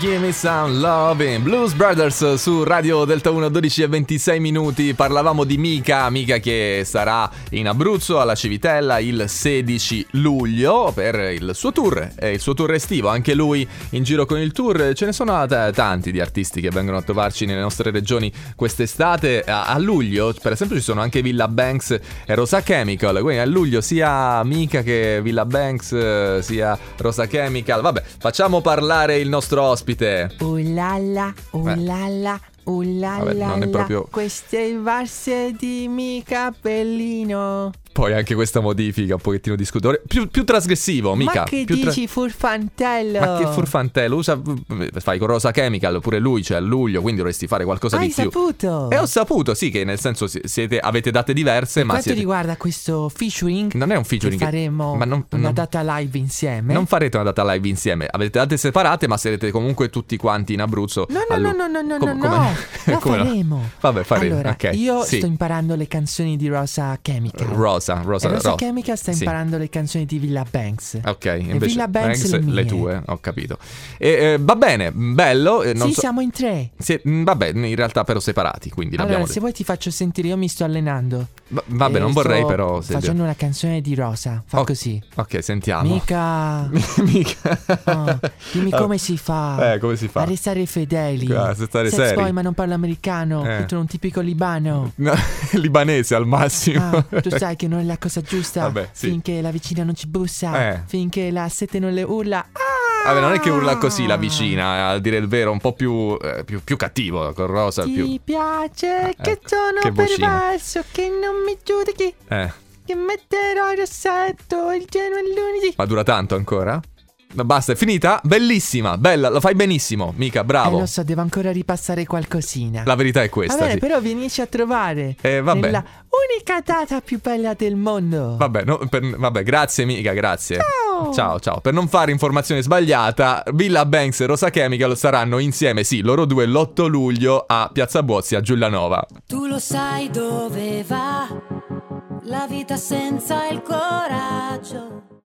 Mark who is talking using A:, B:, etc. A: Give me some loving Blues Brothers su Radio Delta 1 12 e 26 minuti Parlavamo di Mika Mika che sarà in Abruzzo alla Civitella il 16 luglio Per il suo tour e il suo tour estivo Anche lui in giro con il tour Ce ne sono t- tanti di artisti che vengono a trovarci nelle nostre regioni quest'estate a-, a luglio per esempio ci sono anche Villa Banks e Rosa Chemical Quindi a luglio sia Mika che Villa Banks eh, sia Rosa Chemical Vabbè facciamo parlare il nostro ospite ospite.
B: Oh la la, oh la la, oh la
A: Vabbè, non è proprio-
B: Queste valse di mica Pellino.
A: Poi anche questa modifica un pochettino discutore. Più, più trasgressivo, mica.
B: Ma che
A: più tra-
B: dici furfantello?
A: Ma che furfantello, usa, fai con Rosa Chemical, pure lui c'è a luglio, quindi dovresti fare qualcosa
B: Hai
A: di più.
B: saputo?
A: E ho saputo, sì, che nel senso si- siete, avete date diverse, ma
B: Quanto
A: siete...
B: riguarda questo featuring,
A: non è un
B: che
A: featuring.
B: faremo
A: ma non,
B: una
A: non-
B: data live insieme.
A: non farete una data live insieme. Avete date separate, ma sarete comunque tutti quanti in Abruzzo.
B: No,
A: a
B: no, no,
A: lu-
B: no, no,
A: Come-
B: no, no,
A: come-
B: no, la
A: come no?
B: faremo.
A: Vabbè, faremo.
B: Allora,
A: ok.
B: io
A: sì.
B: sto imparando le canzoni di Rosa Chemical.
A: Rosa, Rosa,
B: e Rosa
A: Ro-
B: Chemical sta
A: sì.
B: imparando le canzoni di Villa Banks.
A: Ok, invece
B: Villa Banks le mie.
A: tue, ho capito. E, eh, va bene, bello. eh, non
B: sì,
A: so-
B: siamo in tre.
A: se- mh, vabbè, in realtà però separati, quindi l'abbiamo
B: Allora, se
A: detto.
B: vuoi ti faccio sentire, io mi sto allenando.
A: Va- vabbè,
B: E
A: non vorrei
B: sto
A: però... se-
B: Facendo una canzone di Rosa, fa
A: Oh,
B: così.
A: Ok, Ah, sentiamo.
B: Mica. Ah.
A: Mica.
B: Oh, dimmi come si fa.
A: Ah. Eh, come si fa?
B: A restare fedeli.
A: Ah, se stare
B: Sex
A: seri.
B: boy, ma non parlo americano.
A: Eh.
B: Tu sono un tipico libano.
A: No, libanese al massimo.
B: Ah, tu sai che non è la cosa giusta.
A: Vabbè, sì.
B: Finché la vicina non ci bussa.
A: Eh.
B: Finché la sete non le urla. Ah!
A: Vabbè, non è che urla così la vicina, eh, a dire il vero, un po' più, eh, più, più cattivo, con Rosa,
B: Ah, Ti
A: più...
B: piace
A: Ah,
B: che
A: ecco,
B: sono
A: che vocina.
B: perverso, che non mi giudichi,
A: Eh,
B: che metterò il rossetto, il geno e l'unity.
A: ma dura tanto ancora? Ma Basta, è finita? Bellissima, bella, lo fai benissimo, mica, bravo.
B: Eh, lo so, devo ancora ripassare qualcosina.
A: La verità è
B: Va
A: questa,
B: bene,
A: sì.
B: però vienici a trovare.
A: Eh, vabbè.
B: Nella unica data più bella del mondo.
A: Vabbè, no, per- vabbè, grazie mica, grazie.
B: Ciao.
A: Ciao, ciao. Per non fare informazione sbagliata, Villa Banks e Rosa Chemical saranno insieme, sì, loro due l'8 luglio a Piazza Bozzi a Giulianova.
C: Tu lo sai dove va la vita senza il coraggio